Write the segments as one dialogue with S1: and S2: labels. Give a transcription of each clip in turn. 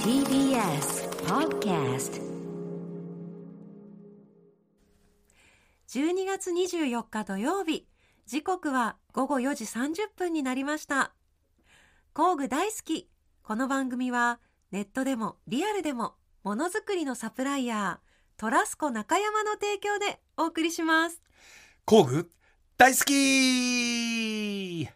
S1: TBS Podcast
S2: 12月24日土曜日時刻は午後4時30分になりました工具大好きこの番組はネットでもリアルでもものづくりのサプライヤートラスコ中山の提供でお送りします
S3: 工具大好き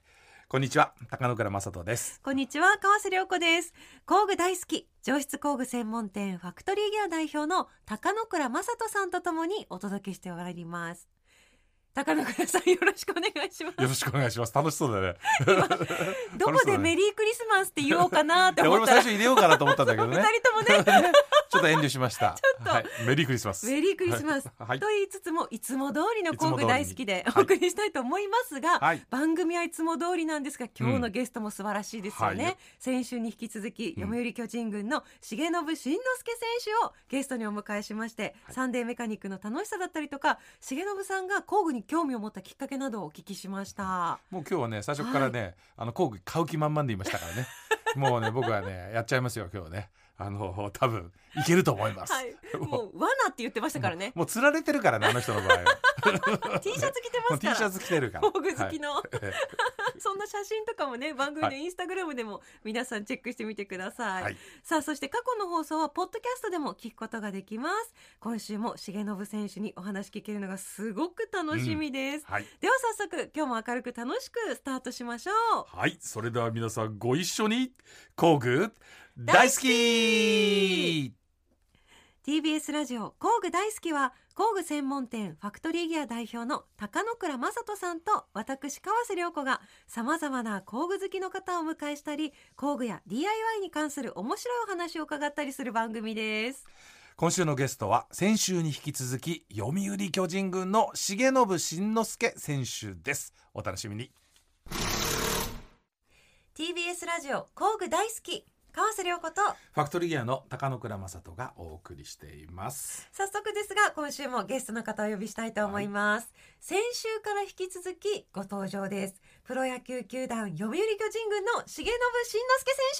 S3: こんにちは高野倉正人です
S2: こんにちは川瀬良子です工具大好き上質工具専門店ファクトリーギア代表の高野倉正人さんとともにお届けしてまいります高野倉さんよろしくお願いします
S3: よろしくお願いします楽しそうだね
S2: どこでメリークリスマスって言おうかなって
S3: いや
S2: 思
S3: 俺
S2: っ
S3: も
S2: たら、
S3: 最初入れようかなと思ったんだけど
S2: 二
S3: ね
S2: 人とも ね、
S3: ちょっと遠慮しま した
S2: ょっと
S3: はい、メリークリスマス
S2: メリークリスマス、
S3: はい
S2: と言いつつも、いつも通りの工具大好きで
S3: いつも通りに
S2: お送りしたいと思いますが、
S3: はい
S2: 番組はいつも通りなんですが、今日のゲストも素晴らしいですよね。
S3: はい
S2: 先週に引き続き、読売巨人軍の重信慎之介選手をゲストにお迎えしまして、サンデーメカニックの楽しさだったりとか、重信さんが工具に興味を持ったきっかけなどをお聞きしました。
S3: もう今日はね最初からね、あの工具買う気満々でいましたからねもうね僕はねやっちゃいますよ今日ねあの多分いけると思います、
S2: はい、
S3: もう
S2: もう罠って言ってましたからね。
S3: もう釣られてるからねあの人の場合 は
S2: T シャツ着て
S3: も
S2: ま
S3: う
S2: す
S3: T
S2: から。
S3: シャツ着てるから
S2: 工具好きの、
S3: はい
S2: そんな写真とかもね番組の
S3: はい
S2: インスタグラムでも皆さんチェックしてみてください、
S3: はい
S2: さあそして過去の放送はポッドキャストでも聞くことができます今週も重信選手にお話聞けるのがすごく楽しみです、
S3: はい
S2: では早速今日も明るく楽しくスタートしましょう
S3: はい、それでは皆さんご一緒に工具大好き
S2: TBS ラジオ工具大好きは工具専門店ファクトリーギア代表の高野倉正人さんと私川瀬良子がさまざまな工具好きの方をお迎えしたり工具や DIY に関する面白いお話を伺ったりする番組です
S3: 今週のゲストは先週に引き続き読売巨人軍の重信慎之介選手ですお楽しみに
S2: TBS ラジオ工具大好き川瀬良子と
S3: ファクトリーギアの高野倉正人がお送りしています
S2: 早速ですが今週もゲストの方をお呼びしたいと思います、先週から引き続きご登場ですプロ野球球団読売巨人軍の重信慎之介選手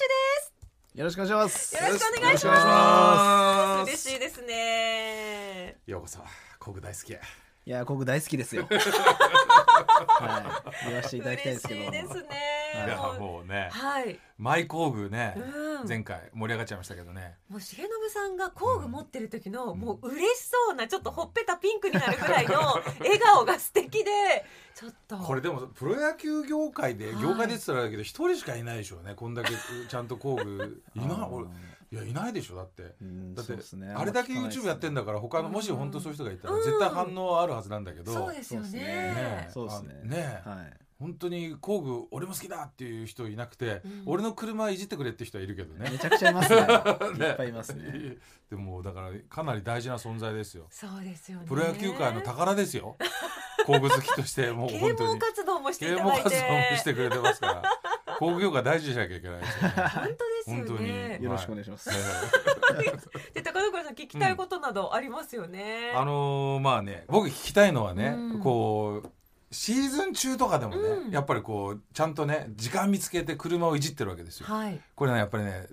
S2: です
S4: よろしくお願いします。
S2: よろしくお願いし
S4: よろくお
S2: ま。
S4: 願いします
S2: 嬉しいですね。
S3: ようこそ工具大好きへ
S4: いや、僕大好 きですよ。はい、言わせていただきたいで
S2: 嬉
S4: すけ
S2: し
S4: ども。
S2: いですね
S3: い。や
S2: もう
S3: もうね
S2: はい。
S3: マイ工具ね
S2: うん
S3: 前回盛り上がっちゃいましたけどね
S2: もう重信さんが工具持ってる時の、もう嬉しそうなちょっとほっぺたピンクになるぐらいの 笑顔が素敵でちょっと
S3: これでもプロ野球業界で
S2: はい
S3: 業界でって言ったらあれだけど一人しかいないでしょうねこんだけちゃんと工 具いない
S4: あー
S3: 俺いやいないでしょだって
S4: うん
S3: だって
S4: そうですね
S3: あれだけ YouTube やってんだから他のもし本当そういう人がいたら絶対反応あるはずなんだけど
S2: そうですよね
S4: そうで
S3: ね
S4: すそうですね
S3: あ。ね
S4: はい。
S3: 本当に工具俺も好きだっていう人いなくて
S2: うん
S3: 俺の車いじってくれって人はいるけど
S4: め
S3: ね
S4: ちゃくちゃいます ね。
S3: ね
S4: いっぱいいますね。
S3: でもだからかなり大事な存在ですよ
S2: そうですよね
S3: プロ野球界の宝です よ工具好きとしてもう
S2: 啓
S3: 本当
S2: 蒙
S3: に
S2: 活動もしてい
S3: 啓
S2: た
S3: 蒙
S2: だいて
S3: 活動もしてくれてます から工具業界大事にしなきゃいけないですよね
S2: 本当ですよ
S3: 本当
S2: ね
S3: に
S4: よろしくお願いします。
S2: で高野倉さん聞きたいことなどありますよね、
S3: あのーまあね僕聞きたいのはね、
S2: うん
S3: こうシーズン中とかでもね、
S2: うん
S3: やっぱりこうちゃんとね時間見つけて車をいじってるわけですよ。
S2: はい、
S3: これねやっぱりね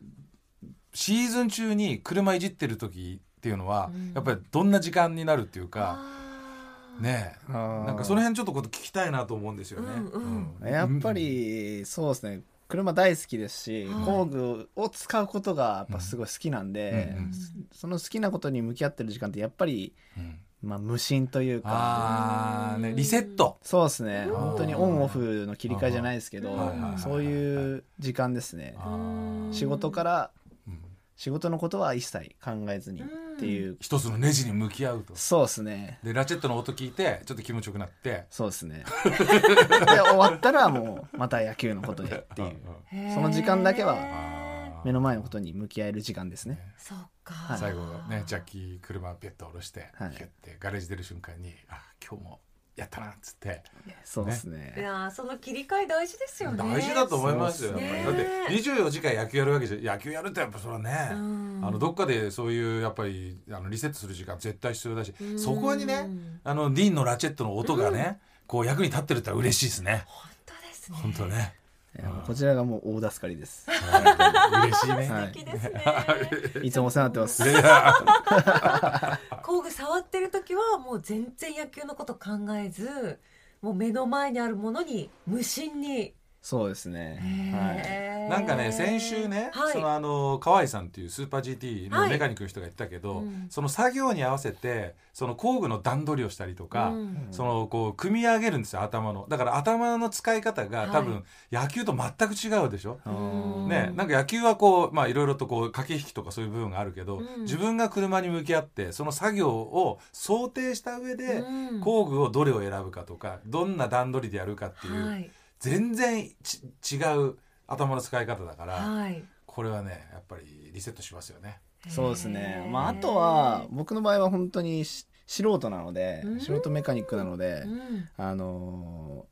S3: シーズン中に車いじってる時っていうのは、
S2: うん
S3: やっぱりどんな時間になるっていうか、
S2: あー
S3: ねえな
S4: なん
S3: かその辺ちょっとこと聞きたいなと思うんですよね。
S2: うんうん
S4: やっぱり、そうですね。車大好きですし、
S2: はい
S4: 工具を使うことがやっぱすごい好きなんで、
S3: うんうん
S4: その好きなことに向き合ってる時間ってやっぱり、
S3: うん
S4: まあ、無心というか
S3: あーねリセット。
S4: そうですね
S2: うん
S4: 本当にオンオフの切り替えじゃないですけど、
S2: はいはいはい
S4: そういう時間ですね
S3: あー
S4: 仕事から
S3: うん
S4: 仕事のことは一切考えずにっていう、
S3: 一つのネジに向き合うと。
S4: そうですね
S3: でラチェットの音聞いてちょっと気持ちよくなって。
S4: そうですね で終わったらもうまた野球のことでっていう
S2: へー
S4: その時間だけは
S3: あー
S4: 目の前のことに向き合える時間ですね
S2: そっ
S4: は
S2: か
S4: い
S3: 最後ねジャッキー車をピュッと下ろして、
S4: はい
S3: ピュッてガレージ出る瞬間に「あ今日もやったな」っつって
S4: そうですね
S2: いやーその切り替え大事ですよね
S3: 大事だと思いますよ、
S4: そうです
S3: や
S4: ね
S3: っぱりだって24時間野球やるわけじゃ野球やるってやっぱそれはね、
S2: うん
S3: あのどっかでそういうやっぱりあのリセットする時間絶対必要だし、
S2: うん
S3: そこにねあのディーンのラチェットの音がね、こう役に立ってるってのは嬉しいですね
S2: 本当ですね
S3: 本当ね。
S4: いやもうこちらがもう大助かりです。
S3: 嬉しいね。
S4: はい
S2: いいですね。
S4: いつもお世話になってます。
S2: 工具触ってる時はもう全然野球のこと考えず、もう目の前にあるものに無心に。
S4: そうですね。はい。
S2: へー
S3: なんかね先週ね、
S2: はい、
S3: そのあの河合さんっていうスーパー GT の
S2: はい
S3: メカニックの人が言ってたけ
S2: う
S3: ど、
S2: ん
S3: その作業に合わせてその工具の段取りをしたりとか、
S2: うん
S3: そのこう組み上げるんですよ頭のだから頭の使い方が多分野球と全く違うでしょ、
S4: あ
S2: うん
S4: ー
S3: ね、なんか野球はこうまあいろいろとこう駆け引きとかそういう部分があるけど、
S2: うん
S3: 自分が車に向き合ってその作業を想定した上で、
S2: うん
S3: 工具をどれを選ぶかとかどんな段取りでやるかっていう、
S2: はい
S3: 全然ち違う頭の使い方だから、
S2: はい、
S3: これはねやっぱりリセットしますよね。
S4: そうですね
S2: へ。ー
S4: まああとは僕の場合は本当にし素人なので
S2: うん、
S4: 素人メカニックなので
S2: う、ん
S4: あのー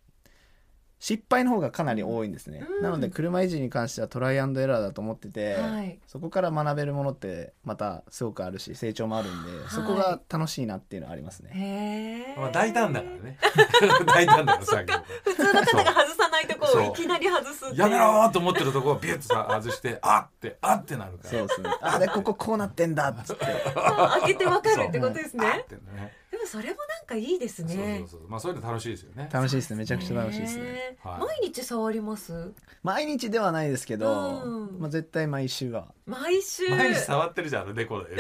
S4: 失敗の方がかなり多いんですね。
S2: うん
S4: なので車維持に関してはトライアンドエラーだと思ってて、
S2: はい
S4: そこから学べるものってまたすごくあるし成長もあるんで、そこが楽しいなっていうのはありますね。
S2: へー
S3: まあ、大胆だからね 大胆だから作業が
S2: 普通の方が外さないとこ
S3: そ
S2: を
S3: う
S2: いきなり外すっていう
S3: やめろーと思ってるとこをビュッとさ外してあってあってなるから。
S4: そうですね。あれこここうなってんだっつって。
S2: あ開けてわかるってことです
S3: あ
S2: ね
S3: ってね
S2: でもそれもなんかいいですね
S3: そうそうそうまあそういうの楽しいですよね。
S4: 楽しいですね。めちゃくちゃ楽しいですね。
S2: へー
S3: はい
S2: 毎日触ります
S4: 毎日ではないですけど、
S2: うん
S4: まあ、絶対毎週は
S2: 毎週
S3: 毎日触ってるじゃんあの猫で。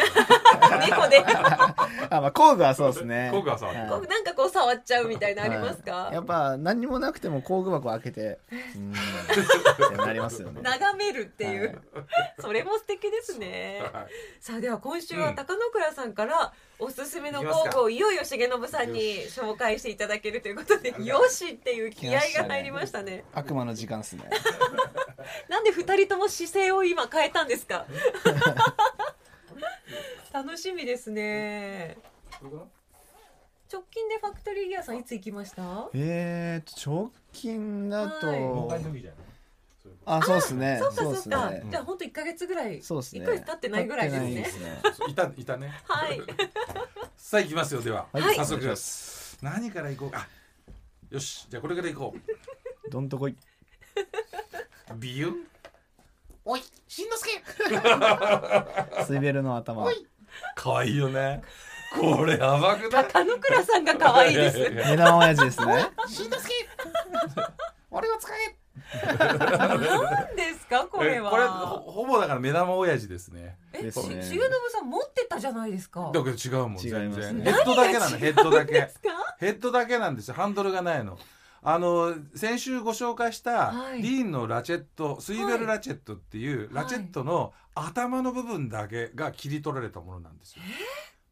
S2: 猫で
S4: あ、まあ、工具はそうですね
S3: 工具は触る
S2: 僕なんかこう触っちゃうみたいなのありますか、
S4: はいやっぱ何にもなくても工具箱開けてうーんってなりますよね
S2: 眺めるっていう、それも素敵ですね
S3: はい
S2: さあでは今週は高野倉さんからおすすめの
S3: いきます
S2: 工
S3: か
S2: 具をいよいよ重信さんに紹介していただけるということで「よし!」っていう気合が入りましたね
S4: 悪魔の時間ですね
S2: なんで二人とも姿勢を今変えたんです か楽しみですね直近でファクトリーギアさんいつ行きました
S4: えーと直近だと、
S2: は
S4: あそうですね
S2: そうかそう
S4: です
S2: か、
S4: ね
S2: じゃあ本当1か月ぐらい
S4: そうですね
S2: 1ヶ月経ってないぐらいです
S4: 経ってない
S2: ね
S4: ですね
S3: いたいたね。
S2: はい
S3: さあ行きますよでは。
S4: はい
S3: 早速
S4: お願いしま
S3: です。何から行こうか。よしじゃあこれから行こう。
S4: どんとこい
S3: ビュン
S5: おい、しんのすけ
S4: スイベルの頭
S3: 可愛いよね。これやばくない。
S2: 高野倉さんが可愛いです
S3: ややや
S4: 目玉親父ですね
S5: しんのすけ俺を使え
S2: 何ですかこれ
S3: えこれほ
S2: は
S3: ほぼだから目玉親父ですね。
S2: え
S4: で
S2: し
S4: す
S2: 重
S4: ね
S2: 信さん持ってたじゃないですか
S3: だけど違うもん
S4: 違い
S3: 全
S4: ます
S3: 然。
S4: ね
S3: ヘッドだけなのヘッドだけ。
S2: ですか
S3: ヘッドだけなんですよハンドルがないの。あの先週ご紹介した
S2: はい
S3: ディーンのラチェット、スイベルラチェットっていう
S2: はい
S3: ラチェットの頭の部分だけが切り取られたものなんですよ。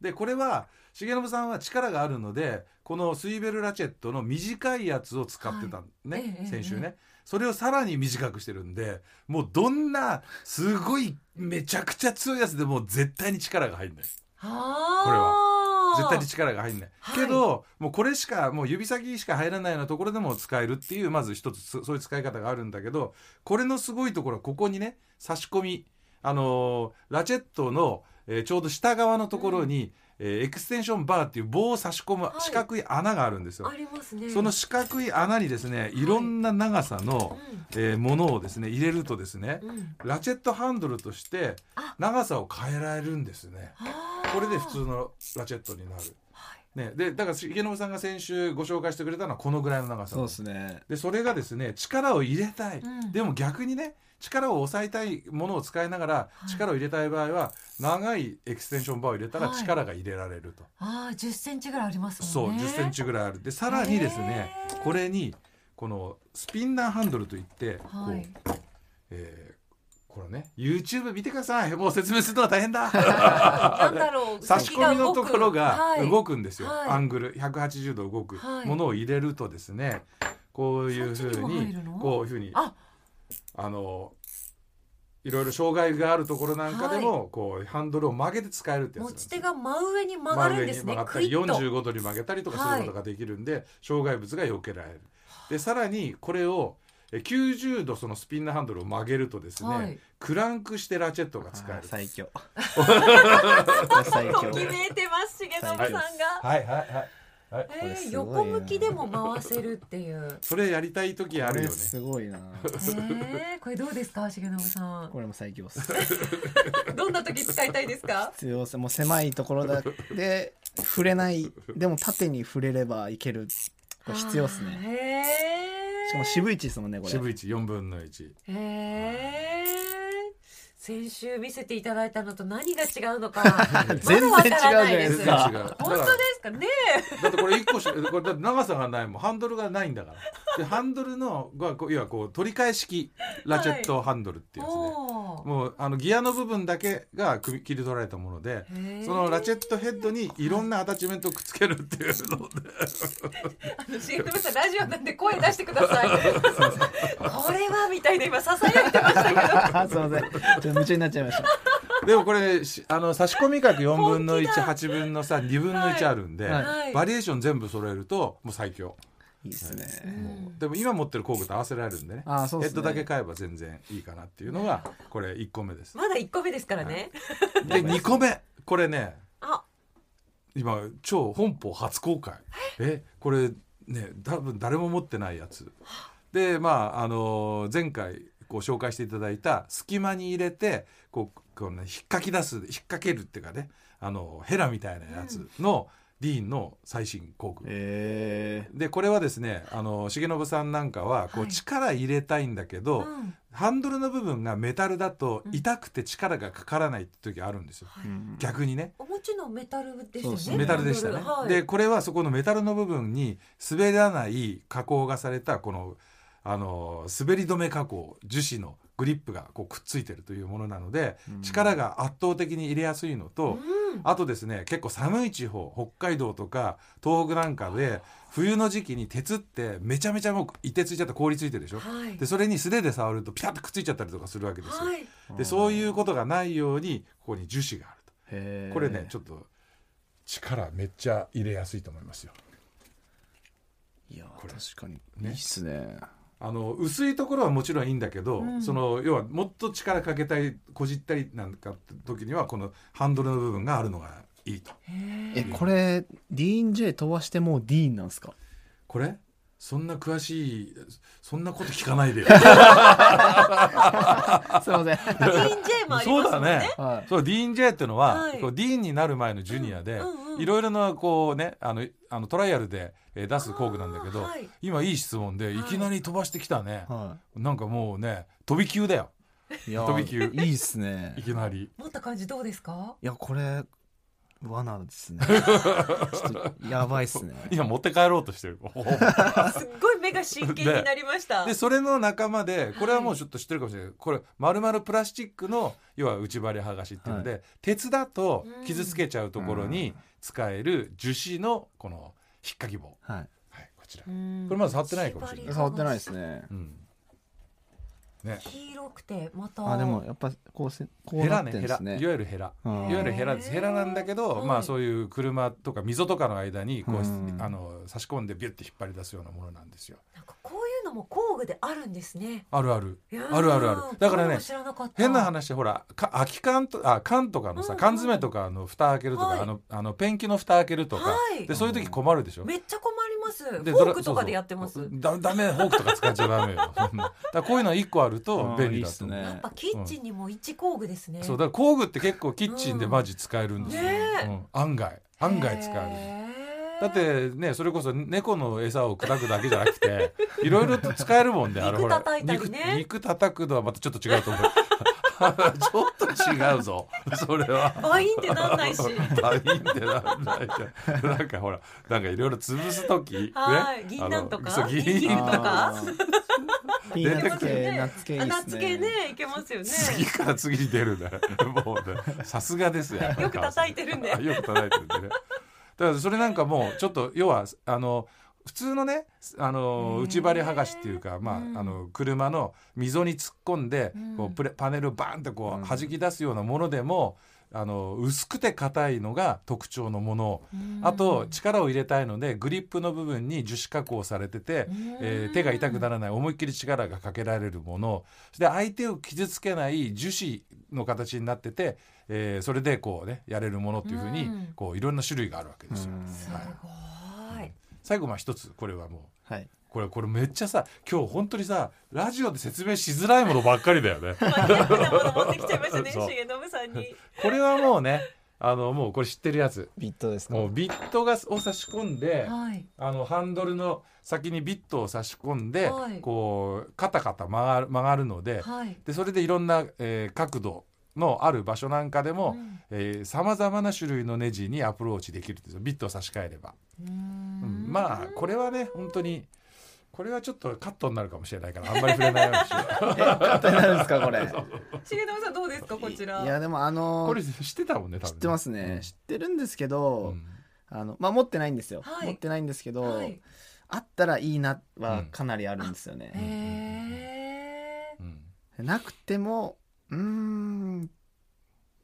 S3: でこれは重信さんは力があるのでこのスイベルラチェットの短いやつを使ってたんね、
S2: はいええ
S3: 先週ね、
S2: え
S3: それをさらに短くしてるんでもうどんなすごいめちゃくちゃ強いやつでも絶対に力が入んないこれ
S2: は
S3: 絶対に力が入んない、
S2: はい
S3: けどもうこれしかもう指先しか入らないようなところでも使えるっていうまず一つそそういう使い方があるんだけどこれのすごいところはここにね差し込みあのーラチェットの、えーちょうど下側のところに、えーエクステンションバーっていう棒を差し込む
S2: はい
S3: 四角い穴があるんですよ、
S2: ありますね
S3: その四角い穴にですねいろんな長さの、えーものをですね入れるとですね
S2: うんうん
S3: ラチェットハンドルとして
S2: あ
S3: 長さを変えられるんですね。
S2: あー
S3: これで普通のラチェットになる。ね、でだから重信さんが先週ご紹介してくれたのはこのぐらいの長さ
S4: そうですね
S3: でそれがですね力を入れたい、
S2: うん
S3: でも逆にね力を抑えたいものを使いながら
S2: い
S3: 力を入れたい場合は長いエクステンションバーを入れたら
S2: はい
S3: 力が入れられると、
S2: ああ十センチぐらいあります
S3: そう
S2: もん
S3: 1
S2: ね。
S3: 0ンチぐらいあるでさらにですね
S2: へー
S3: これにこのスピンナーハンドルといって、
S2: は
S3: こ。
S2: いう
S3: えーこれね YouTube 見てくださいもう説明するのは大変だ
S2: なんだろう。
S3: 差し込みのところが動
S2: く。
S3: くんですよ、
S2: はい
S3: アングル180度動く
S2: はい
S3: ものを入れるとですね、こういうふ
S2: そっちに
S3: う
S2: も入
S3: に
S2: るの
S3: こういうふうに
S2: あ
S3: あのいろいろ障害があるところなんかでも、こうハンドルを曲げて使えるってや
S2: 持
S3: つなんで
S2: ち
S3: す
S2: 手が真上に曲がるんですね。
S3: 真上に曲がった
S2: クイ
S3: り
S2: ッと。
S3: 45度に曲げたりとか
S2: は
S3: す
S2: い
S3: ることができるんで、障害物が避けられる。でさらにこれをえ90度そのスピンナーハンドルを曲げるとですね、
S2: はい
S3: クランクしてラチェットが使え
S4: あー
S3: る。
S4: 最強最 強
S2: ときめいてます重信さんが。
S3: はいはいはい。はい
S4: こ
S2: え
S4: れすごい
S2: ー、
S4: な
S2: 横向きでも回せるって いう。
S3: それやりたい時あ
S4: こ
S3: るよ
S4: れ
S3: ね
S4: すごいな。
S2: えー、これどうですか重信さん
S4: これも最強っす。
S2: どんな時使いたいですか
S4: 強さもう狭いところだで触れないでも縦に触れればいけるこれ必要っすね
S2: ね
S4: しかも渋い位置ですもんねこれ
S3: 渋い位置4分の1
S2: へえ先週見せていただいたのと何が違う のかまだ
S4: 全然違う
S2: わからない
S4: え
S2: で
S4: じ
S2: す
S4: ゃ
S3: 全然違う
S4: ないで
S3: だ
S4: すか
S2: 本当
S3: か
S2: で
S3: ら
S2: すかね
S3: だってこれ一個しこれだって長さがないもんハンドルがないんだからでハンドルのがこういわこう取り替え式ラチェットハンドルっていうやつで、
S2: おー
S3: もうあのギアの部分だけが組み切り取られたもので
S2: へー
S3: そのラチェットヘッドにいろんなアタッチメントをくっつけるっていうので
S2: あの重信さんラジオなんで声出してください これはみたいな今ささやいてましたけど
S4: すいませんちょっと夢中になっちゃいました
S3: でもこれしあの差し込み角4分の18分のさ2分の
S2: はい
S3: 1あるんで、
S2: はい
S3: バリエーション全部揃えるともう最強、
S4: いいっすね、
S3: もうでも今持ってる工具と合わせられるんでね
S4: あーそうっ
S3: ヘ
S4: す
S3: ッ
S4: ね
S3: ドだけ買えば全然いいかなっていうのがこれ1個目 です。
S2: まだ1個目ですからね、
S3: で2個目これね
S2: あ
S3: 今超本邦初公開えこれね多分誰も持ってないやつでまああの前回こう紹介していただいた隙間に入れてこうこう、ね、引っかき出す引っ掛けるっていうかねあのヘラみたいなやつの、ディーンの最新工具
S4: え
S3: でこれはですねあの重信さんなんかはこ
S2: は
S3: う
S2: い
S3: 力入れたいんだけど、
S2: うん
S3: ハンドルの部分がメタルだと痛くて力がかからないって時あるんですよ、
S4: ーうん
S3: 逆にね。
S2: お持ちのメタルでした
S4: そう
S2: よ
S4: です
S2: ね
S4: ね
S3: メタルでしたね、
S2: ハンドルは
S3: で
S2: い、
S3: これはそこのメタルの部分に滑らない加工がされたこのあの滑り止め加工樹脂のグリップがこうくっついてるというものなので、
S4: うん
S3: 力が圧倒的に入れやすいの
S2: う
S3: と、
S2: ん
S3: あとですね結構寒い地方北海道とか東北なんかで冬の時期に鉄ってめちゃめちゃもう凍てついちゃった氷ついてるでしょ、
S2: はい
S3: でそれに素手で触るとピタッとくっついちゃったりとかするわけですよ、
S2: はい
S3: でそういうことがないようにここに樹脂があると。
S4: へー
S3: これねちょっと力めっちゃ入れやすいと思いますよ
S4: いやー
S3: これ
S4: 確かにい
S3: ね
S4: いっすね
S3: あの薄いところはもちろんいいんだけど、
S2: うん
S3: その要はもっと力かけたいこじったりなんかって時にはこのハンドルの部分があるのがいいと
S4: えこれ DJ 飛ばしてもう D なんすか
S3: これそんな詳しいそんなこと聞かないでよ
S4: すいませ ん
S2: DJ もありま
S3: そう
S2: すも
S3: だ
S2: んね
S3: ね
S4: はい
S3: そう DJ っていうのは、
S2: はい
S3: こうディーンになる前のジュニアで、
S2: うんうんうん
S3: いろいろなこうねあのあのトライアルでえー出す工具なんだけど、
S2: あーはい
S3: 今いい質問でいきなり飛ばしてきたね、
S4: は
S3: なんかもうね飛び級だよ
S4: いいやー
S3: 飛び級
S4: いいっすね
S3: いきなり。
S2: 持った感じどうですか
S4: いやこれ罠です ねちょっとやばいっすね
S3: 今持って帰ろうとしてる
S2: すっごい目が真剣になりました
S3: でそれの仲間でこれはもうちょっと知ってるかもしれないけどこれ丸々プラスチックの要は内張り剥がしっていうので、鉄だと傷つけちゃうところに使える樹脂のこの引っ掛き棒、
S4: はい
S3: はい、こちら、
S2: うん
S3: これまだ触ってないかもしれない、
S4: 触ってないですね
S3: うんね、
S2: 黄色くてまた
S4: あでもやっぱこうせこう
S3: ヘ
S4: な
S3: ラ
S4: っ
S3: ね
S4: てん
S3: ヘ
S4: で
S3: ラ
S4: す
S3: いわ
S4: ね
S3: ゆるヘラ
S4: うん
S3: いわゆるヘラですヘラなんだけど、
S2: はい
S3: まあそういう車とか溝とかの間にこう、
S4: うん
S3: あの差し込んでビュッて引っ張り出すようなものなんですよ。
S2: なんかこういうのも工具であるんですね
S3: あるある
S2: いやー
S3: あるあるあるだか
S2: こう
S3: ら
S2: いう
S3: ね
S2: の知らなかった
S3: 変な話ほらか空き缶とあ缶とかの
S2: うんう
S3: さ
S2: ん
S3: 缶詰とかの蓋開けるとか、
S2: はい
S3: あのあのペンキの蓋開けるとか、
S2: はい
S3: でそういう時困るでしょ。
S2: めっちゃ困りますフ
S3: で
S2: ォー
S3: ドラ
S2: クとかでやってます
S3: そうそうだダメフォークとか使っちゃダメよ そんなだからこういうのは1個あると便利だと思う
S4: あーいいっすね
S2: やっぱキッチンにも一工具ですね、
S3: そうだから工具って結構キッチンでマジ使えるんですよ、
S2: うんねえ
S3: うん案外案外使え
S2: へ
S3: る
S2: ー
S3: だってねそれこそ猫の餌を砕くだけじゃなくていろいろと使えるもんであれ
S2: 肉
S3: ほら
S2: 叩いたりね
S3: 肉肉叩くのはまたちょっと違うと思う ちょっと違うぞそれは。
S2: バインってなん ないし
S3: バインってなんないじゃんなんかほらなんかいろいろ潰す時
S2: はい、
S3: ね
S2: 銀杏と
S3: あのそ
S2: か
S3: う
S2: 銀
S3: 銀
S2: 杏と
S4: あ
S2: か
S4: ーピーナッツ系ナッツ系いい
S2: あ
S4: っ
S2: ナッ
S4: す
S2: ツ系ね
S4: ね
S2: いけますよね
S3: 次から次に出るね もうねさすがですよ
S2: よく叩いてるんで
S3: あよく叩いてるんでねだからそれなんかもうちょっと要はあの普通のねあの
S2: へー
S3: 内張り剥がしっていうか、まあ
S2: うん
S3: あの車の溝に突っ込んで、
S2: うん
S3: こうプレパネルをバーンとこ
S4: うん
S3: う弾き出すようなものでも、あの薄くて硬いのが特徴のもの、あと力を入れたいのでグリップの部分に樹脂加工されてて、えー手が痛くならない思いっきり力がかけられるものそして相手を傷つけない樹脂の形になってて、えーそれでこうねやれるものっていうふう
S2: う
S3: に
S2: ん
S3: こういろんな種類があるわけですよ。
S4: うん
S2: す
S3: はい
S2: ごはい
S3: 最後まあ一つこれはもう
S4: はい
S3: これこれめっちゃさ今日本当にさラジオで説明しづらいものばっかりだ よね
S6: また変なもの持ってきちゃいましたね
S3: そう
S6: 重信さんに
S3: これはもうねあのもうこれ知ってるやつ
S4: ビットですか
S3: もうビットがを差し込んで
S2: はい
S3: あのハンドルの先にビットを差し込んで、
S2: はい
S3: こうカタカタ曲がる曲がるので,、
S2: はい
S3: でそれでいろんな、えー角度のある場所なんかでも
S2: うん
S3: さまざまな種類のネジにアプローチできるんですよビットを差し替えれば、
S2: うー
S3: うん
S2: ん
S3: まあこれはね本当にこれはちょっとカットになるかもしれないからあんまり触れないように しよう
S4: 簡単になるんですかこれ
S6: 重信さんどうですかこちら
S4: いやでもあの
S3: これ知ってたもんね多分
S4: 知ってますね、知ってるんですけど、
S3: うん
S4: あのまあ持ってないんですよ、
S2: はい
S4: 持ってないんですけど、
S2: はい
S4: あったらいいな
S3: う
S4: は
S3: ん
S4: かなりあるんですよ
S2: へ
S4: ね、
S2: え
S3: うん
S4: なくてもうーん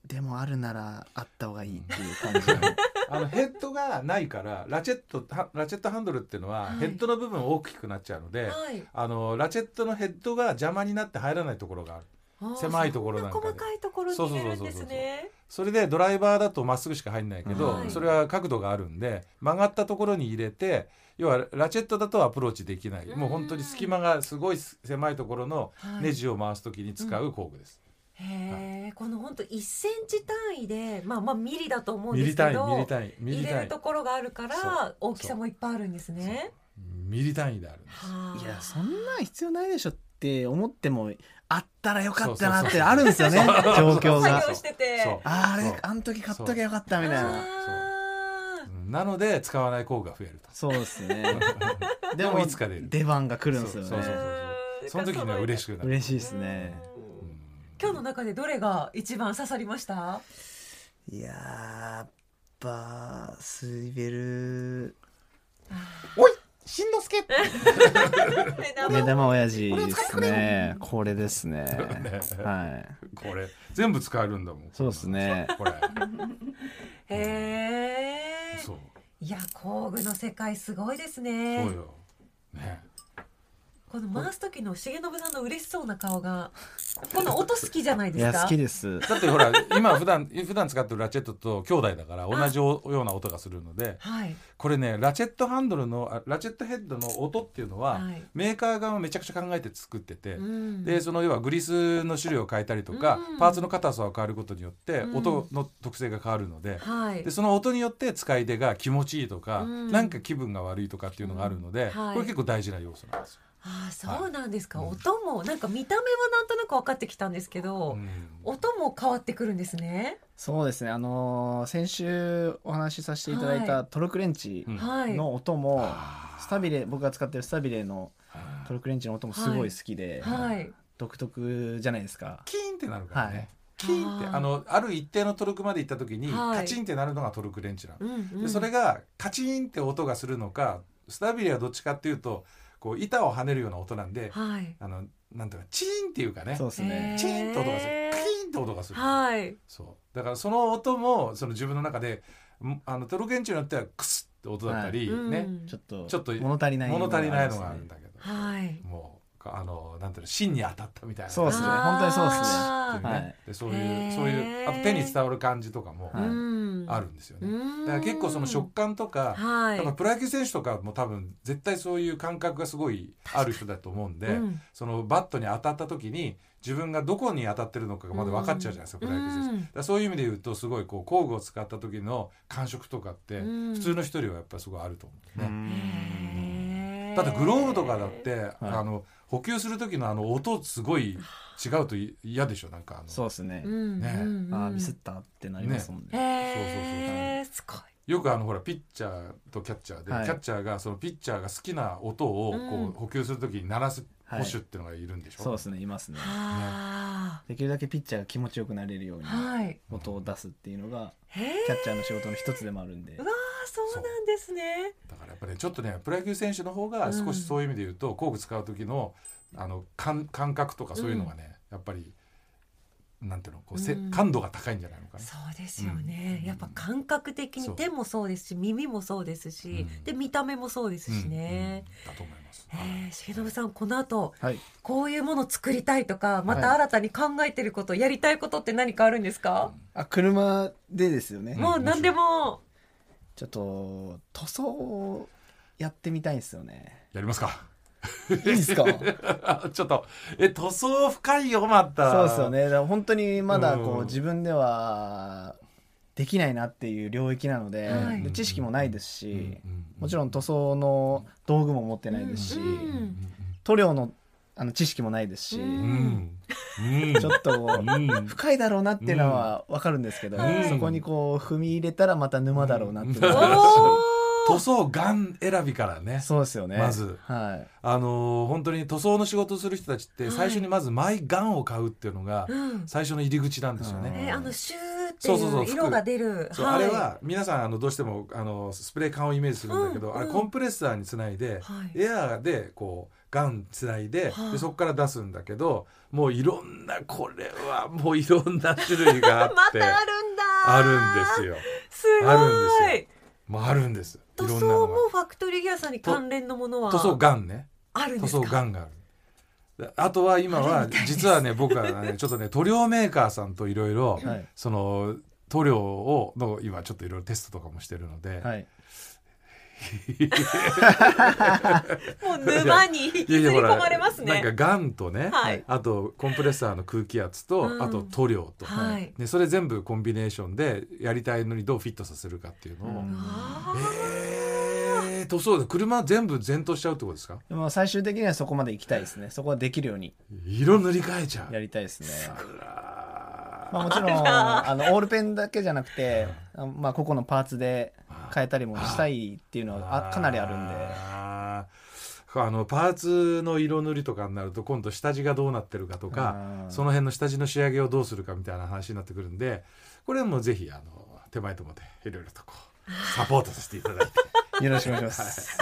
S4: でもあるならあった方がいいっていう感じの
S3: あのヘッドがないからラチェットはラチェットハンドルっていうのは
S2: はい
S3: ヘッドの部分大きくなっちゃうので、
S2: はい
S3: あのラチェットのヘッドが邪魔になって入らないところがある
S2: あー
S3: 狭いところなんか
S2: そ
S3: で
S2: 細かいところに入れるんですね
S3: それでドライバーだとまっすぐしか入んないけど、
S2: はい
S3: それは角度があるんで曲がったところに入れて要はラチェットだとアプローチできない
S2: うん
S3: もう本当に隙間がすごい狭いところの
S2: はい
S3: ネジを回す時に使う工具です、
S2: へえこの本当1センチ単位でまあまあミリだと思うん
S3: ミ
S2: で
S3: リ
S2: すけど
S3: 単位ミリ単位ミリ
S2: 入れ
S3: 単
S2: る
S3: 位
S2: ところがあるか
S3: そ
S2: ら大きさもいっぱいあるんですね。
S3: ミリ単位であるんです
S2: はあ
S4: いやそんなん必要ないでしょって思ってもあったらよかったな
S3: そうそうそ
S4: っ
S3: う
S4: てあるんですよね状況が
S6: 作業してて
S3: そう
S4: あ
S3: そう
S4: れあの時買っときゃよかったみたいな
S2: あ
S3: うんなので使わない工具が増え ると
S4: そうですね で
S3: でもいつか出る
S4: 出番が来るんですよね
S3: そうそうそう
S6: うーん
S3: その時には嬉しくなる
S4: 嬉しいですね
S3: うん
S2: 今日の中でどれが一番刺さりました？
S4: いやーやっぱスイベル
S5: おいしんのすけ
S6: 目玉
S4: 目玉親父ですねこれで すねはい
S3: これ全部使えるんだもん
S4: そうですね
S3: これ
S2: へえ。
S3: そう
S2: いや工具の世界すごいですね
S3: そう。よね
S2: この回す時の重信さんの嬉しそうな顔がこの音好きじゃない
S4: い
S2: です
S4: や
S2: か？
S4: 好きです
S3: だってほら今普段普段使ってるラチェットと兄弟だから同じような音がするので
S2: はい
S3: これねラチェットハンドルのあラチェットヘッドの音っていうのは、
S2: はい。
S3: メーカー側はめちゃくちゃ考えて作ってて、
S2: うん
S3: でその要はグリスの種類を変えたりとか、
S2: うん
S3: パーツの硬さを変えることによって
S2: うん
S3: 音の特性が変わるので,、
S2: はい
S3: で。その音によって使い手が気持ちいいとか、
S2: うん
S3: なんか気分が悪いとかっていうのがあるので、
S2: うんはい
S3: これ結構大事な要素なんですよ。
S2: ああそうなんですか、
S3: はい
S2: 音もなんか見た目はなんとなく分かってきたんですけど、
S3: うん
S2: 音も変わってくるんですね、
S4: そうですねあのー先週お話しさせていただい
S2: は
S4: たトルクレンチ
S3: うん
S2: はい
S4: の音も
S3: あー
S4: スタビレ僕が使ってるスタビレのトルクレンチの音もすごい好きで
S2: はい
S4: 独特じゃないですか
S3: キーンってなるからね、
S4: はい
S3: キーンって
S2: あ
S3: あ
S2: ー
S3: のある一定のトルクまで行った時に、
S2: はい
S3: カチンってなるのがトルクレンチなの、
S2: うんうん
S3: でそれがカチンって音がするのかスタビリはどっちかっていうとこう板を跳ねるような音なんで、
S2: はい
S3: あのなんていうかチーンっていうかね
S4: そうですね
S3: チーンって音がする
S2: へー
S3: キーンって音がする、
S2: はい
S3: そうだからその音もその自分の中でんあのトルクレンチによってはクスって音だったり、
S2: はい
S3: ね、
S2: うん
S4: ちょっと
S3: ちょっと
S4: 物足りない
S3: 物足りないのがあ
S4: り
S3: る
S4: ます
S3: ん
S4: ね
S3: だけど、
S2: はい
S3: もうあのなんていうの芯に当たったみたいな
S4: そうですね
S2: あー
S4: 本当にそ
S3: ってい
S4: うですね
S3: うね
S2: へー
S3: でそうい
S4: はい
S3: うそういうあと手に伝わる感じとかも
S4: は
S2: う
S4: い
S2: ん
S3: あるんですよね、
S2: うん
S3: だから結構その食感とか、
S2: はい
S3: やっぱプロ野球選手とかも多分絶対そういう感覚がすごいある人だと思うんで、
S2: うん
S3: そのバットに当たった時に自分がどこに当たってるのかがまだ分かっちゃうじゃないですか、プロ野球選手
S2: うん
S3: だからそういう意味で言うとすごいこう工具を使った時の感触とかって
S2: うん
S3: 普通の人よりはやっぱりすごいあると思うね、
S2: へー
S3: だってグローブとかだって、
S4: はい
S3: あの補給する時のあの音すごい違うとい嫌でしょなんかあの
S4: そうですね
S2: うん
S3: ね
S2: うんうん
S4: あーミスったってなりますもんね
S2: へーすごい
S3: よくあのほらピッチャーとキャッチャーで、
S4: はい
S3: キャッチャーがそのピッチャーが好きな音を
S2: う
S3: こ
S2: ん
S3: う補給するときに鳴らす
S4: は
S3: 捕
S4: い
S3: 手っていうのがいるんでしょ、
S4: そうですねいますね
S2: は
S4: できるだけピッチャーが気持ちよくなれるように
S2: ーはい
S4: 音を出すっていうのが
S2: へえ
S4: キャッチャーの仕事の一つでもあるんで
S2: うわーそうなんですね
S3: だからやっぱねちょっとねプロ野球選手の方が少しそういう意味で言うと、工具使う時のあの感感覚とかそういうのがね、やっぱりなんていうのこうせ、
S2: うん
S3: 感度が高いんじゃないのかな。
S2: そうですよね、
S3: うん
S2: やっぱ感覚的に
S3: そう
S2: 手もそうですし耳もそうですし、
S3: うん
S2: で見た目もそうですしね、
S3: うんだと思います。
S2: えー、重信さんこの後
S4: はい
S2: こういうもの作りたいとかまた新たに考えてること、やりたいことって何かあるんですか、
S4: あ車でですよね
S3: うん
S2: もう何でも、
S4: ちょっと塗装やってみたいんですよね。
S3: やりますか
S4: いいです か
S3: ちょっとえ塗装深いよまた
S4: そうですよね。だから本当にまだこ
S3: うん
S4: う自分ではできないなっていう領域なので、
S2: はい
S4: で知識もないですし、もちろん塗
S3: 装
S4: 装の道具も持ってないですし、
S2: うん
S4: 塗料のあの知識もないですし、
S3: う
S2: うん
S3: うん
S4: ちょっとこう
S3: うん
S4: 深いだろうなっていうのは分かるんですけど、
S3: うん
S4: そこにこう踏み入れたらまた沼だろうなっていう
S3: うん
S4: の
S2: お
S4: が、
S3: 塗装ガン選びからね
S4: そうですよね
S3: まず
S4: はい
S3: あのー本当に塗装の仕事をする人たちって
S2: はい
S3: 最初にまずマイガンを買うっていうのが
S2: ーうん
S3: 最初の入り口なんですよね。
S4: うん
S2: えーあのシューって
S3: そうそうそう
S2: いう
S3: 服
S2: 色が出る
S3: そうあれは皆さんあのどうしてもあのスプレー缶をイメージするんだけど、
S2: うん
S3: あれ
S2: うん
S3: コンプレッサーにつないで、
S2: はい
S3: エアーでこうガンつないで,、
S2: はい
S3: でそこから出すんだけどもういろんなこれはもういろんな種類があっ
S2: ま
S3: て
S2: たあるんだ
S3: あるんですよ。
S2: すごい
S3: あるんですよもうあるんです。い
S2: 塗
S3: ろんな
S2: 装
S3: のが
S2: もファクトリーギアさんに関連のものは
S3: 塗装ガンね。
S2: あるんで
S3: 塗
S2: す
S3: 装
S2: か
S3: ガンがあるあとは今は実はね僕はねちょっとね塗料メーカーさんといろいろ
S4: はい
S3: その塗料をの今ちょっといろいろテストとかもしてるので、
S4: はい
S6: もう沼 に引きずり込まれます
S3: な
S6: ね
S3: んかガンとね、
S6: はい
S3: あとコンプレッサーの空気圧と、
S2: うん
S3: あと塗料と、
S2: はい
S3: ね、それ全部コンビネーションでやりたいのにどうフィットさせるかっていうのを、
S4: うん
S2: あ
S3: えー、塗装で車全部全塗しちゃうってことですか
S4: でも最終的にはそこまで行きたいですねそこはできるように
S3: 色塗り替えちゃう
S4: やりたいですね
S3: あ
S4: まあ、もちろんあのオールペンだけじゃなくて、あまあ、個々のパーツで変えたりもしたいっていうのはあかなりあるんで
S3: あーあのパーツの色塗りとかになると今度下地がどうなってるかとか
S4: あー
S3: その辺の下地の仕上げをどうするかみたいな話になってくるんでこれもぜひあの手前ともでいろいろとこうサポートさせていた だいて
S4: よろしくお願いします。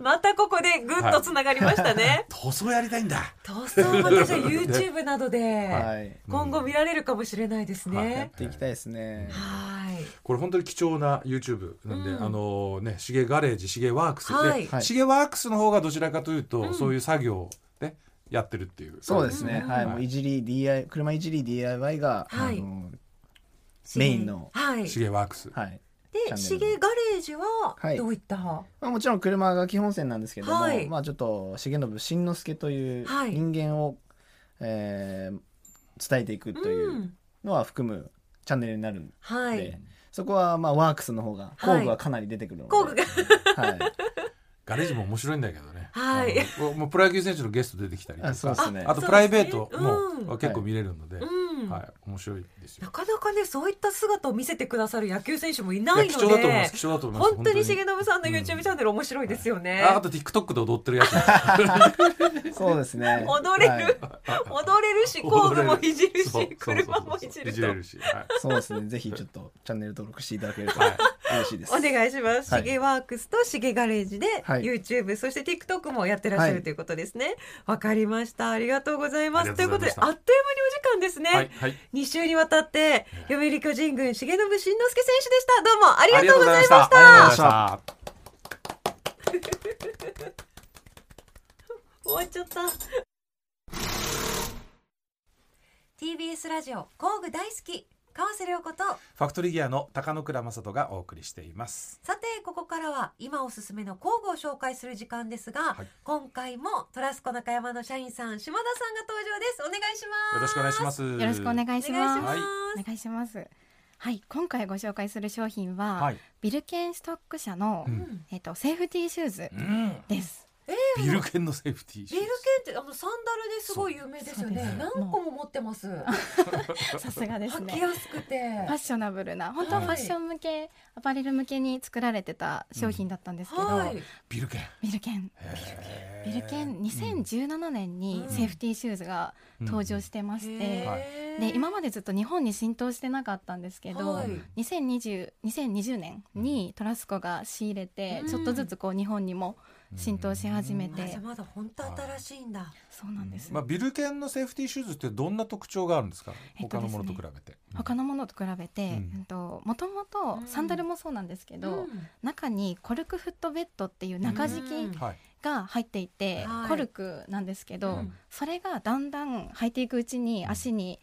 S2: またここでぐっとつながりましたね、
S3: 塗装やりたいんだ
S2: 塗装またじゃあ YouTube などで
S4: はい、
S2: 今後見られるかもしれないです
S3: は
S2: ね
S3: い
S4: やっていきたいですね。
S2: はい
S3: これ本当に貴重な YouTube なんで、
S2: うん
S3: あのねシゲガレージシゲワークス、
S2: はい
S3: でシゲワークスの方がどちらかというと、そういう作業をねやってるっていう
S4: そうですね、はい、
S3: はい
S4: もういじり DI 車いじり DIY が、
S2: はい
S4: あのメインの
S2: はい
S3: シゲワークス、
S4: はい、
S2: で
S4: チャ
S2: シ
S4: ンネル
S2: ゲガレージは
S4: はい
S2: どういった
S4: まあ、もちろん車が基本線なんですけども、
S2: はい
S4: まあ、ちょっと重信慎之介という
S2: はい
S4: 人間を、えー伝えていくといううんのは含むチャンネルになるんで、
S2: はい
S4: そこはまあワークスの方が工具はかなり出てくるので、
S2: 工具が
S4: はい、
S3: ガレージも面白いんだけどね。
S2: はい
S3: あのもうプロ野球選手のゲスト出てきたりと
S4: あそうで
S3: か、
S4: すね
S3: あとプライベート
S2: そうですね
S3: も
S2: うん
S3: 結構見れるので、
S2: うん
S3: はい、面白いですよ
S2: な。かなかねそういった姿を見せてくださる野球選手もいない
S3: いや
S2: の
S3: 貴重だと思いま。
S2: です
S3: 貴重だと思います。
S2: 本当に重信さんの YouTube チャンネル面白いですよね
S3: ああと TikTok で踊ってるや つ。
S4: そうですね
S2: 踊れる、
S4: はい
S2: 踊れるし工具もいじる
S3: そう
S2: し車もい
S3: そうそう
S2: じ
S3: そうい
S2: る
S3: じ
S2: と
S3: れるし。はい
S4: そうですねぜひちょっとチャンネル登録していただけると
S3: はい
S4: 嬉しいです
S2: お願いします、
S4: はい
S2: シゲワークスとシゲガレージで
S4: はい
S2: YouTube そして TikTok もやってらっしゃ
S4: は
S2: る
S4: い
S2: ということですねわ、かりましたありがとうございます
S3: あり
S2: とい
S3: が
S2: う
S3: と
S2: こ
S3: う
S2: と
S3: ご
S2: で
S3: ざ
S2: あ
S3: い
S2: っ
S3: まし
S2: と
S3: た
S2: いう間にお時間ですね、
S3: はいはい。
S2: 2週にわたって読売巨人軍重信慎之介選手でしたどうもありがとうございまし
S3: ありがとうございま
S2: た
S3: した。
S2: 終わっちゃった TBS ラジオ工具大好き川瀬良子と
S3: ファクトリーギアの高野倉正人がお送りしています。
S2: さてここからは今おすすめの工具を紹介する時間ですが、
S3: はい
S2: 今回もトラスコ中山の社員さん島田さんが登場ですお願いします
S3: よろしくお願いします。
S7: よろしくお願いします。
S2: お
S7: お
S2: 願
S7: 願
S2: い
S7: い
S2: します
S7: します。はい、今回ご紹介する商品は、
S3: はい。
S7: ビルケンストック社の、
S3: う
S2: うん
S7: えっとセーフティーシューズ
S3: うん。
S7: です。
S3: ビルケンのセーフティーシ
S2: ビ
S3: ュー
S2: ル
S3: ズ。
S2: ケンってあのサンダルですごい有名ですよね
S7: そうです
S2: 何個も持ってます
S7: さすがです
S2: 履き
S7: ね。
S2: やすくて
S7: ファッショナブルな本当
S2: はい
S7: ファッション向け、アパレル向けに作られてた商品だったんですけど、
S2: はい
S3: ビルケン。
S7: ビルケン
S3: へー
S7: ビルケン2017年にセーフティーシューズが登場してまして、
S2: へー
S7: で今までずっと日本に浸透してなかったんですけど、
S2: はい
S7: 2020, 2020年にトラスコが仕入れて、
S2: うん
S7: ちょっとずつこう日本にも浸透し始めて、
S2: まだまだ本当新しいんだ
S7: そうなんです、
S3: まあ、ビルケンのセーフティーシューズってどんな特徴があるんですか、
S7: えっと
S3: 他
S7: です
S3: の
S7: ね
S3: ものと比べて。
S7: 他のものと比べて、
S3: うん
S7: うんともともと
S2: うん
S7: サンダルもそうなんですけ
S2: う
S7: ど、
S2: ん
S7: 中にコルクフットベッドっていう中敷
S2: うん
S7: き
S3: はい、
S7: が入っていて、
S2: はい
S7: コルクなんですけど、
S2: うん
S7: それがだんだん履いていくうちに足に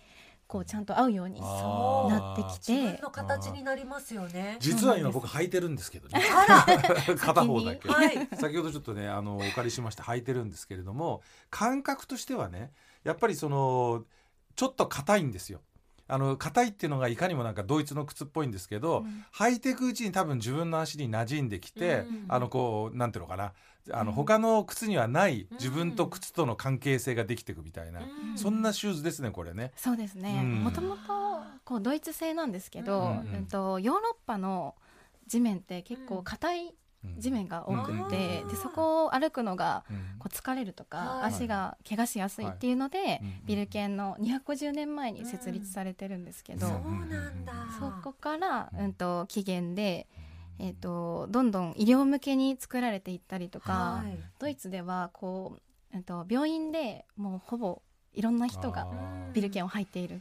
S7: こうちゃんと合うように
S6: あー
S7: なってき
S2: 自分
S7: て
S2: の形になりますよね。
S6: 実は今僕履いてるんですけどね。
S2: あら、
S3: 片方だけ、
S2: はい。
S3: 先ほどちょっとねあのお借りしまして履いてるんですけれども感覚としてはねやっぱりそのちょっと硬いんですよ。あの硬いっていうのがいかにもなんかドイツの靴っぽいんですけど、
S7: うん
S3: 履いていくうちに多分自分の足に馴染んできて、
S2: うん
S3: あのこうなんていうのかなあの
S7: うん
S3: 他の靴にはない
S2: ん
S3: 自分と靴との関係性ができていくみたいな、
S2: うん
S3: そんなシューズですねこれね。
S7: そうですね
S3: うん
S7: もともとこうドイツ製なんですけ
S3: う
S7: ど、うんん
S3: うん
S7: とヨーロッパの地面って結構硬い
S3: うん
S7: 地面が多く
S2: うん
S7: て、
S2: うん
S7: でそこを歩くのが
S3: うん
S7: こう疲れるとか、
S2: はい
S7: 足が怪我しやすいっていうので、
S3: うん
S7: ビルケンの250年前に設立されてるんですけど、
S2: そうなんだ。
S7: そこから、
S3: うん
S7: うん、と起源で、えー、とどんどん医療向けに作られていったりとか、
S2: はい。
S7: ドイツではこう、うん、と病院でもうほぼいろんな人が
S3: あー
S7: ビルケンを履いている。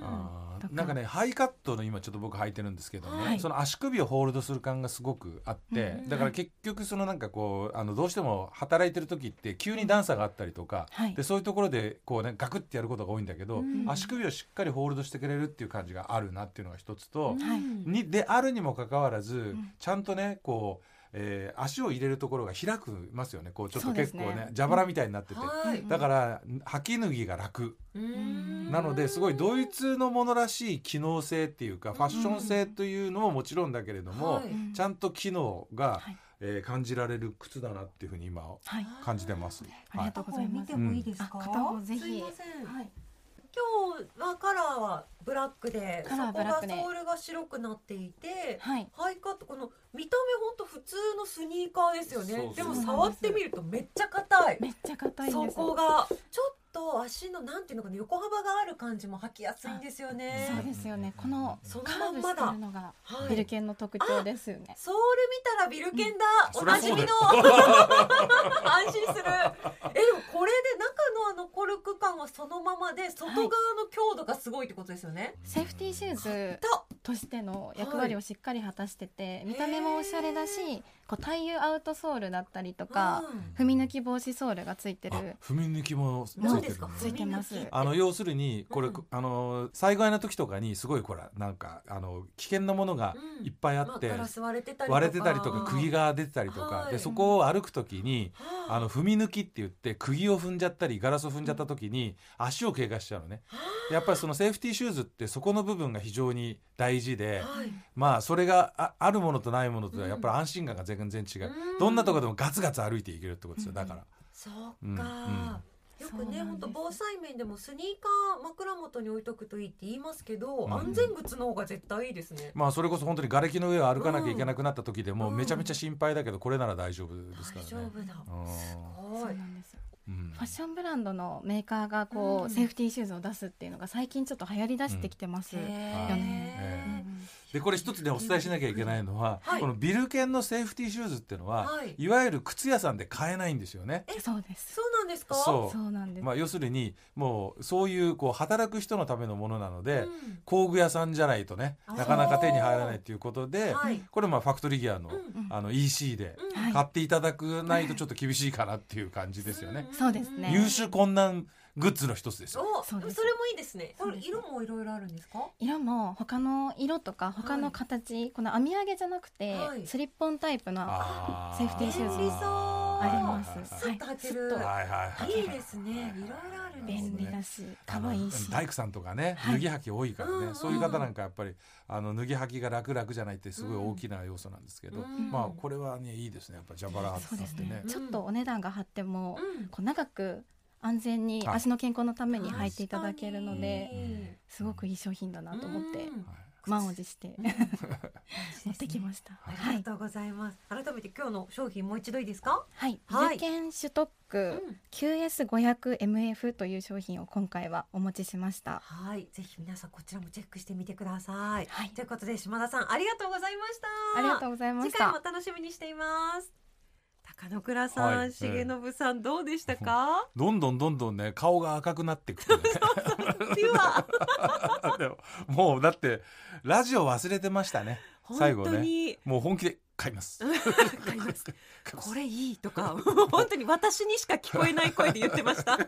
S2: うん
S3: あー
S7: とか
S3: なんかねハイカットの今ちょっと僕履いてるんですけどね、
S7: はい
S3: その足首をホールドする感がすごくあって、
S7: うん
S3: だから結局そのなんかこうあのどうしても働いてる時って急に段差があったりとか、
S7: はい
S3: でそういうところでこう、ね、ガクってやることが多いんだけど、
S7: うん
S3: 足首をしっかりホールドしてくれるっていう感じがあるなっていうのが一つと、
S7: はい
S3: にであるにもかかわらず、
S7: ん
S3: ちゃんとねこう、えー足を入れるところが開くますよねこうちょっと結構
S7: そう
S3: ね
S7: ですね
S3: 蛇腹みたいになってて、
S2: はい。
S3: だから履き脱ぎが楽
S2: うん
S3: なのですごいドイツのものらしい機能性っていうかファッション性というのももちろんだけれども、
S2: はい
S7: うん
S3: ちゃんと機能が、
S7: はい
S3: えー感じられる靴だなっていうふうに今
S7: はい
S3: 感じてます。
S7: ありがとうございます
S2: 片方見てもいいですか？
S7: うんあ片方ぜひ
S2: すいません。
S7: はい
S2: 今日はカラーはブラックで、そ
S7: カラーは
S2: こ
S7: ブラ
S2: が
S7: ックで
S2: ソールが白くなっていて、
S7: はい
S2: ハイカットこの見た目本当普通のスニーカーですよ
S3: そうそ
S2: ね。
S3: う
S2: でも触ってみるとめっちゃ硬い。
S7: めっちゃ硬いん
S2: そ
S7: です
S2: こがちょっと足のなんていうのかな横幅がある感じも履きやすいんですよ
S7: そう
S2: ね。
S7: ですよねこの
S2: その
S7: カ
S2: ま
S7: ー
S2: ん
S7: ブ
S2: ま
S7: し
S2: だ
S7: てるのが
S2: はい
S7: ビルケンの特徴ですよね
S2: ソール見たらビルケンだ、
S3: うん
S2: おなじみの
S3: そり
S2: 安心するえでもこれで中のあのコルク感はそのままで外側の強度がすごいってことですよね、
S7: セーフティーシューズ
S2: と
S7: としての役割をしっかり果たしてて、見た目もおしゃれだしこう対遊アウトソールだったりとか、踏み抜き防止ソールがついて
S3: あ
S7: る
S3: 踏み抜きもついてる
S2: 何ですか
S7: ついてます
S2: 踏み抜き
S3: あの要するにこれ、
S2: うん
S3: あの災害の時とかにすごいこれなんかあの危険なものがいっぱいあ
S2: ま
S3: っ
S2: あ
S3: て、
S2: ガラス割れてたりとか
S3: 割れてたりとか釘が出てたりとか、
S2: はい
S3: でそこを歩く時に
S2: はあ
S3: あの踏み抜きって言って釘を踏んじゃったりガラスを踏んじゃった時に足を怪我しちゃうのねやっぱりそのセーフティーシューズってそこの部分が非常に大事で
S2: はい
S3: まあそれがああるものとないものとではやっぱり安心感が全然違う
S2: うん
S3: どんなとこでもガツガツ歩いていけるってことですよだから
S2: そっか、
S3: うんうん
S2: よくね
S7: そうなんです
S2: 本当防災面でもスニーカー枕元に置いとくといいって言いますけど、
S3: うん
S2: 安全靴の方が絶対いいですね、
S3: まあそれこそ本当に瓦礫の上を歩かなきゃいけなくなった時でも
S2: うん
S3: めちゃめちゃ心配だけどこれなら大丈夫ですか
S2: 大丈
S3: らね。
S2: 夫だ
S3: うん
S2: す
S7: そう
S2: ご
S7: ないんです
S3: うん
S7: ファッションブランドのメーカーがこう、
S2: うん
S7: セーフティーシューズを出すっていうのが最近ちょっと流行り出してきてます、
S3: はい
S7: よ
S3: え
S2: ね
S3: えでこれ一つでお伝えしなきゃいけないのは、
S2: はい
S3: このビルケンのセーフティーシューズっていうのは、
S2: はい
S3: い、わゆる靴屋さんで買えないんですよね。
S7: そうです
S2: そうなんですか
S3: そ
S7: そうなんです、
S3: まあ、要するにもうそういうこう働く人のためのものなので、
S2: うん
S3: 工具屋さんじゃないとね
S2: あ
S3: なかなか手に入らないということで、
S2: はい
S3: これまあファクトリーギアの,、
S2: うん
S3: あの EC で
S2: うん
S7: はい
S3: 買っていただくないとちょっと厳しいかなっていう感じですよね。
S7: そうですね
S3: 入手困難グッズの一つですよ。
S2: お、そ
S7: そう
S2: れ
S7: で
S2: も
S7: す
S2: いいですね。こ
S7: そう
S2: れ
S7: です
S2: 色もいろいろあるんですか？
S7: 色も他の色とか他の形、この編み上げじゃなくて、
S2: はい
S7: スリッポンタイプのあ
S3: あ
S7: セーフティーシューズ便利
S2: そう
S7: ります、
S2: スッと履ける
S7: はい
S3: はいはいはい
S2: いいですね。いろいろあるんです
S7: 便
S2: ね。
S7: 利だし
S3: あ
S7: 可
S3: の
S7: 愛いし
S3: 大工さんとかね脱ぎ履き多いからね、
S2: うんうん
S3: そういう方なんかやっぱりあの脱ぎ履きが楽々じゃないってすごい大きな要素なんですけど、
S2: うん
S3: まあこれはねいいですねやっぱ蛇腹
S7: そ
S3: 張
S7: うで
S3: っ
S7: す
S3: てね
S7: ねちょっとお値段が張っても、
S2: うん
S7: こう長く安全に
S3: はい
S7: 足の健康のために履いていただけるので、
S2: うん
S7: すごくいい商品だなと思って、
S2: うん
S7: 満を持して、 持ってきました。
S2: あ
S7: は
S2: り
S7: い
S2: が、とうございます。改めて今日の商品もう一度いいですか？
S7: はい、
S2: はい
S7: ビルケンシュトック QS500MF という商品を今回はお持ちしました。
S2: はい、ぜひ皆さんこちらもチェックしてみてください。
S7: はい
S2: ということで島田さんありがとうございました。
S7: ありがとうございまし
S2: 次回
S7: た
S2: も。楽しみにしています。高野倉さん、
S3: はい
S2: 重信さんどうでした か？
S3: どんどんどんどんね顔が赤くなってくて、ね、
S2: ピュア。
S3: でももうだってラジオ忘れてましたね最
S2: 本
S3: 後
S2: 当
S3: ね
S2: に。
S3: もう本気で買います
S2: 買いますこれいいとか本当に私にしか 聞こえない声で言ってました。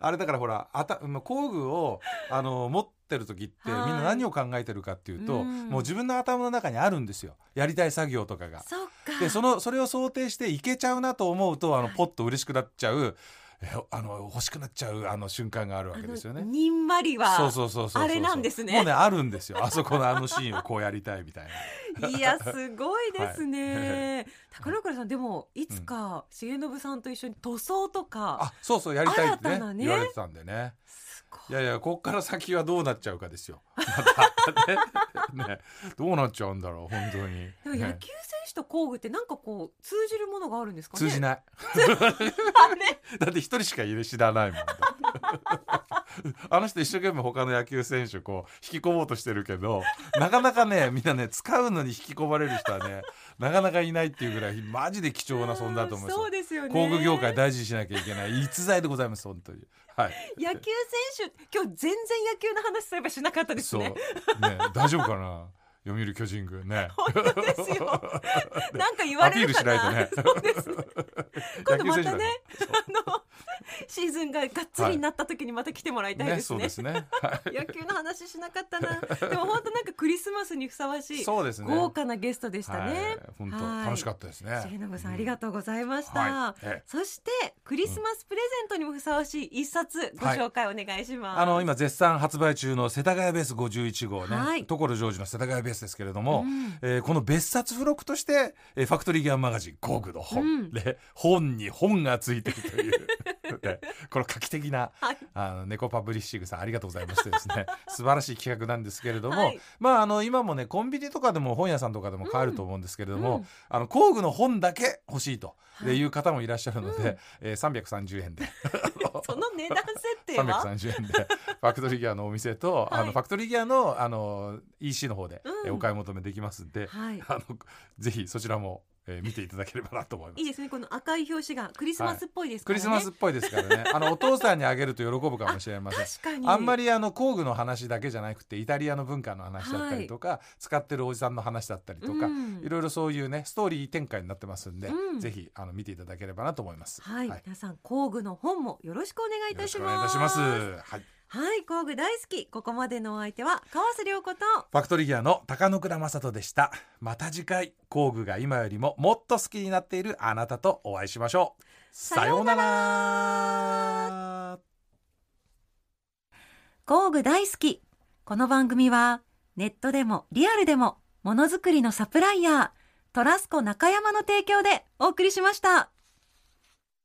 S3: あれだからほらあたまあ工具をあの持ってる時ってみん
S2: はい
S3: な何を考えてるかっていうと、
S2: うん
S3: もう自分の頭の中にあるんですよやりたい作業とかが。
S2: そっか。
S3: でそのそれを想定していけちゃうなと思うとあのポッと嬉しくなっちゃう、えあの欲しくなっちゃうあの瞬間があるわけですよ
S2: あ
S3: ね
S2: の。にんまりは。
S3: そうそうそうそうそう
S2: あれなんですね
S3: もうねあるんですよあそこのあのシーンをこうやりたいみたいな。
S2: いや、すごいです ね。宝倉さん、でも、いつか、重信さんと一緒に塗装とか、
S3: あそうそうやりたいって
S2: 新
S3: ね
S2: たなね
S3: 言われてたんでね。
S2: す
S3: い
S2: ごい。
S3: やいやこっから先はどうなっちゃうかですよ。またねねどうなっちゃうんだろう本当に。
S2: でも野
S3: ね
S2: 球選手と工具ってなんかこう通じるものがあるんですかね
S3: 通じ
S2: い。
S3: ない。
S2: あれ
S3: だって一人しか家で知らないもん。あの人一生懸命他の野球選手こう引き込もうとしてるけどなかなかねみんなね使うのに引き込まれる人はねなかなかいないっていうぐらいマジで貴重な存在だと思いますよ
S2: そうですよね。
S3: 工具業界大事にしなきゃいけない逸材でございます本当にはい
S2: 野球選手、今日全然野球の話すればしなかったです
S3: そうね
S2: ね。
S3: 大丈夫かな読売巨人軍ね
S2: 本当 ですよ。なんか言わ
S3: ア
S2: れ
S3: ピー
S2: る
S3: ル
S2: か
S3: しないと
S2: な。
S3: ね
S2: そうですね。 今度また
S3: だ
S2: ね、あのシーズンががっつりになった時にまた来てもらいたい
S3: ね
S2: で
S3: ね
S2: す
S3: そう
S2: ね
S3: で。すねは
S2: 野球の話しなかったな。でも本当なんかクリスマスにふさわし
S3: い
S2: い
S3: そうですね
S2: 豪華なゲストでした
S3: は
S2: ね
S3: い。本当
S2: はい
S3: 楽しかったですね
S2: 重信さんありがとうございました、
S3: はいええ
S2: そしてクリスマスプレゼントにもふさわしい一冊ご紹介お願いします、
S3: あの今絶賛発売中の世田谷ベース51号ね、
S2: はい
S3: 所ジョージの世田谷ベースですけれども、えーこの別冊付録として、えーファクトリーギアンマガジン工具の本、
S2: うん
S3: で本に本がついてるという ねこの画期的な、
S2: はい
S3: あの猫パブリッシングさんありがとうございましてですね素晴らしい企画なんですけれ ども、
S2: はい
S3: まああの今もねコンビニとかでも本屋さんとかでも買えると思うんですけれども、あの工具の本だけ欲しいという方もいらっしゃるので、えー330円で。
S2: その値段設定は
S3: 330円 でファクトリーギアのお店と、
S2: はい
S3: あのファクトリーギアのあの EC の方で、
S2: うん
S3: えお買い求めできますんで、
S2: はい
S3: あのぜひそちらも、えー見ていただければなと思います
S2: いいですねこの赤い表紙がクリスマスっぽいですか
S3: ク
S2: ら
S3: リ
S2: ね、
S3: スマスっぽいですからねあのお父さんにあげると喜ぶかもしれません
S2: 確かに
S3: あんま
S2: り
S3: りあの工具の話だけじゃなくてイタリアの文化の話だったりとか、使ってるおじさんの話だったりとか、
S2: うん
S3: いろいろそういうねストーリー展開になってますんで、
S2: うん
S3: ぜひあの見ていただければなと思います。
S2: はい、
S3: はい
S2: 皆さん工具の本もよろしくお願いい
S3: よろ
S2: た
S3: し
S2: し
S3: くお願いい
S2: ま
S3: た
S2: す
S3: します。はい
S2: はい工具大好きここまでのお相手は川瀬良子と
S3: ファクトリーギアの高野倉正人でした。また次回、工具が今よりももっと好きになっているあなたとお会いしましょう。さようなら。
S2: 工具大好き。この番組は、ネットでもリアルでも、ものづくりのサプライヤー、トラスコ中山の提供でお送りしました。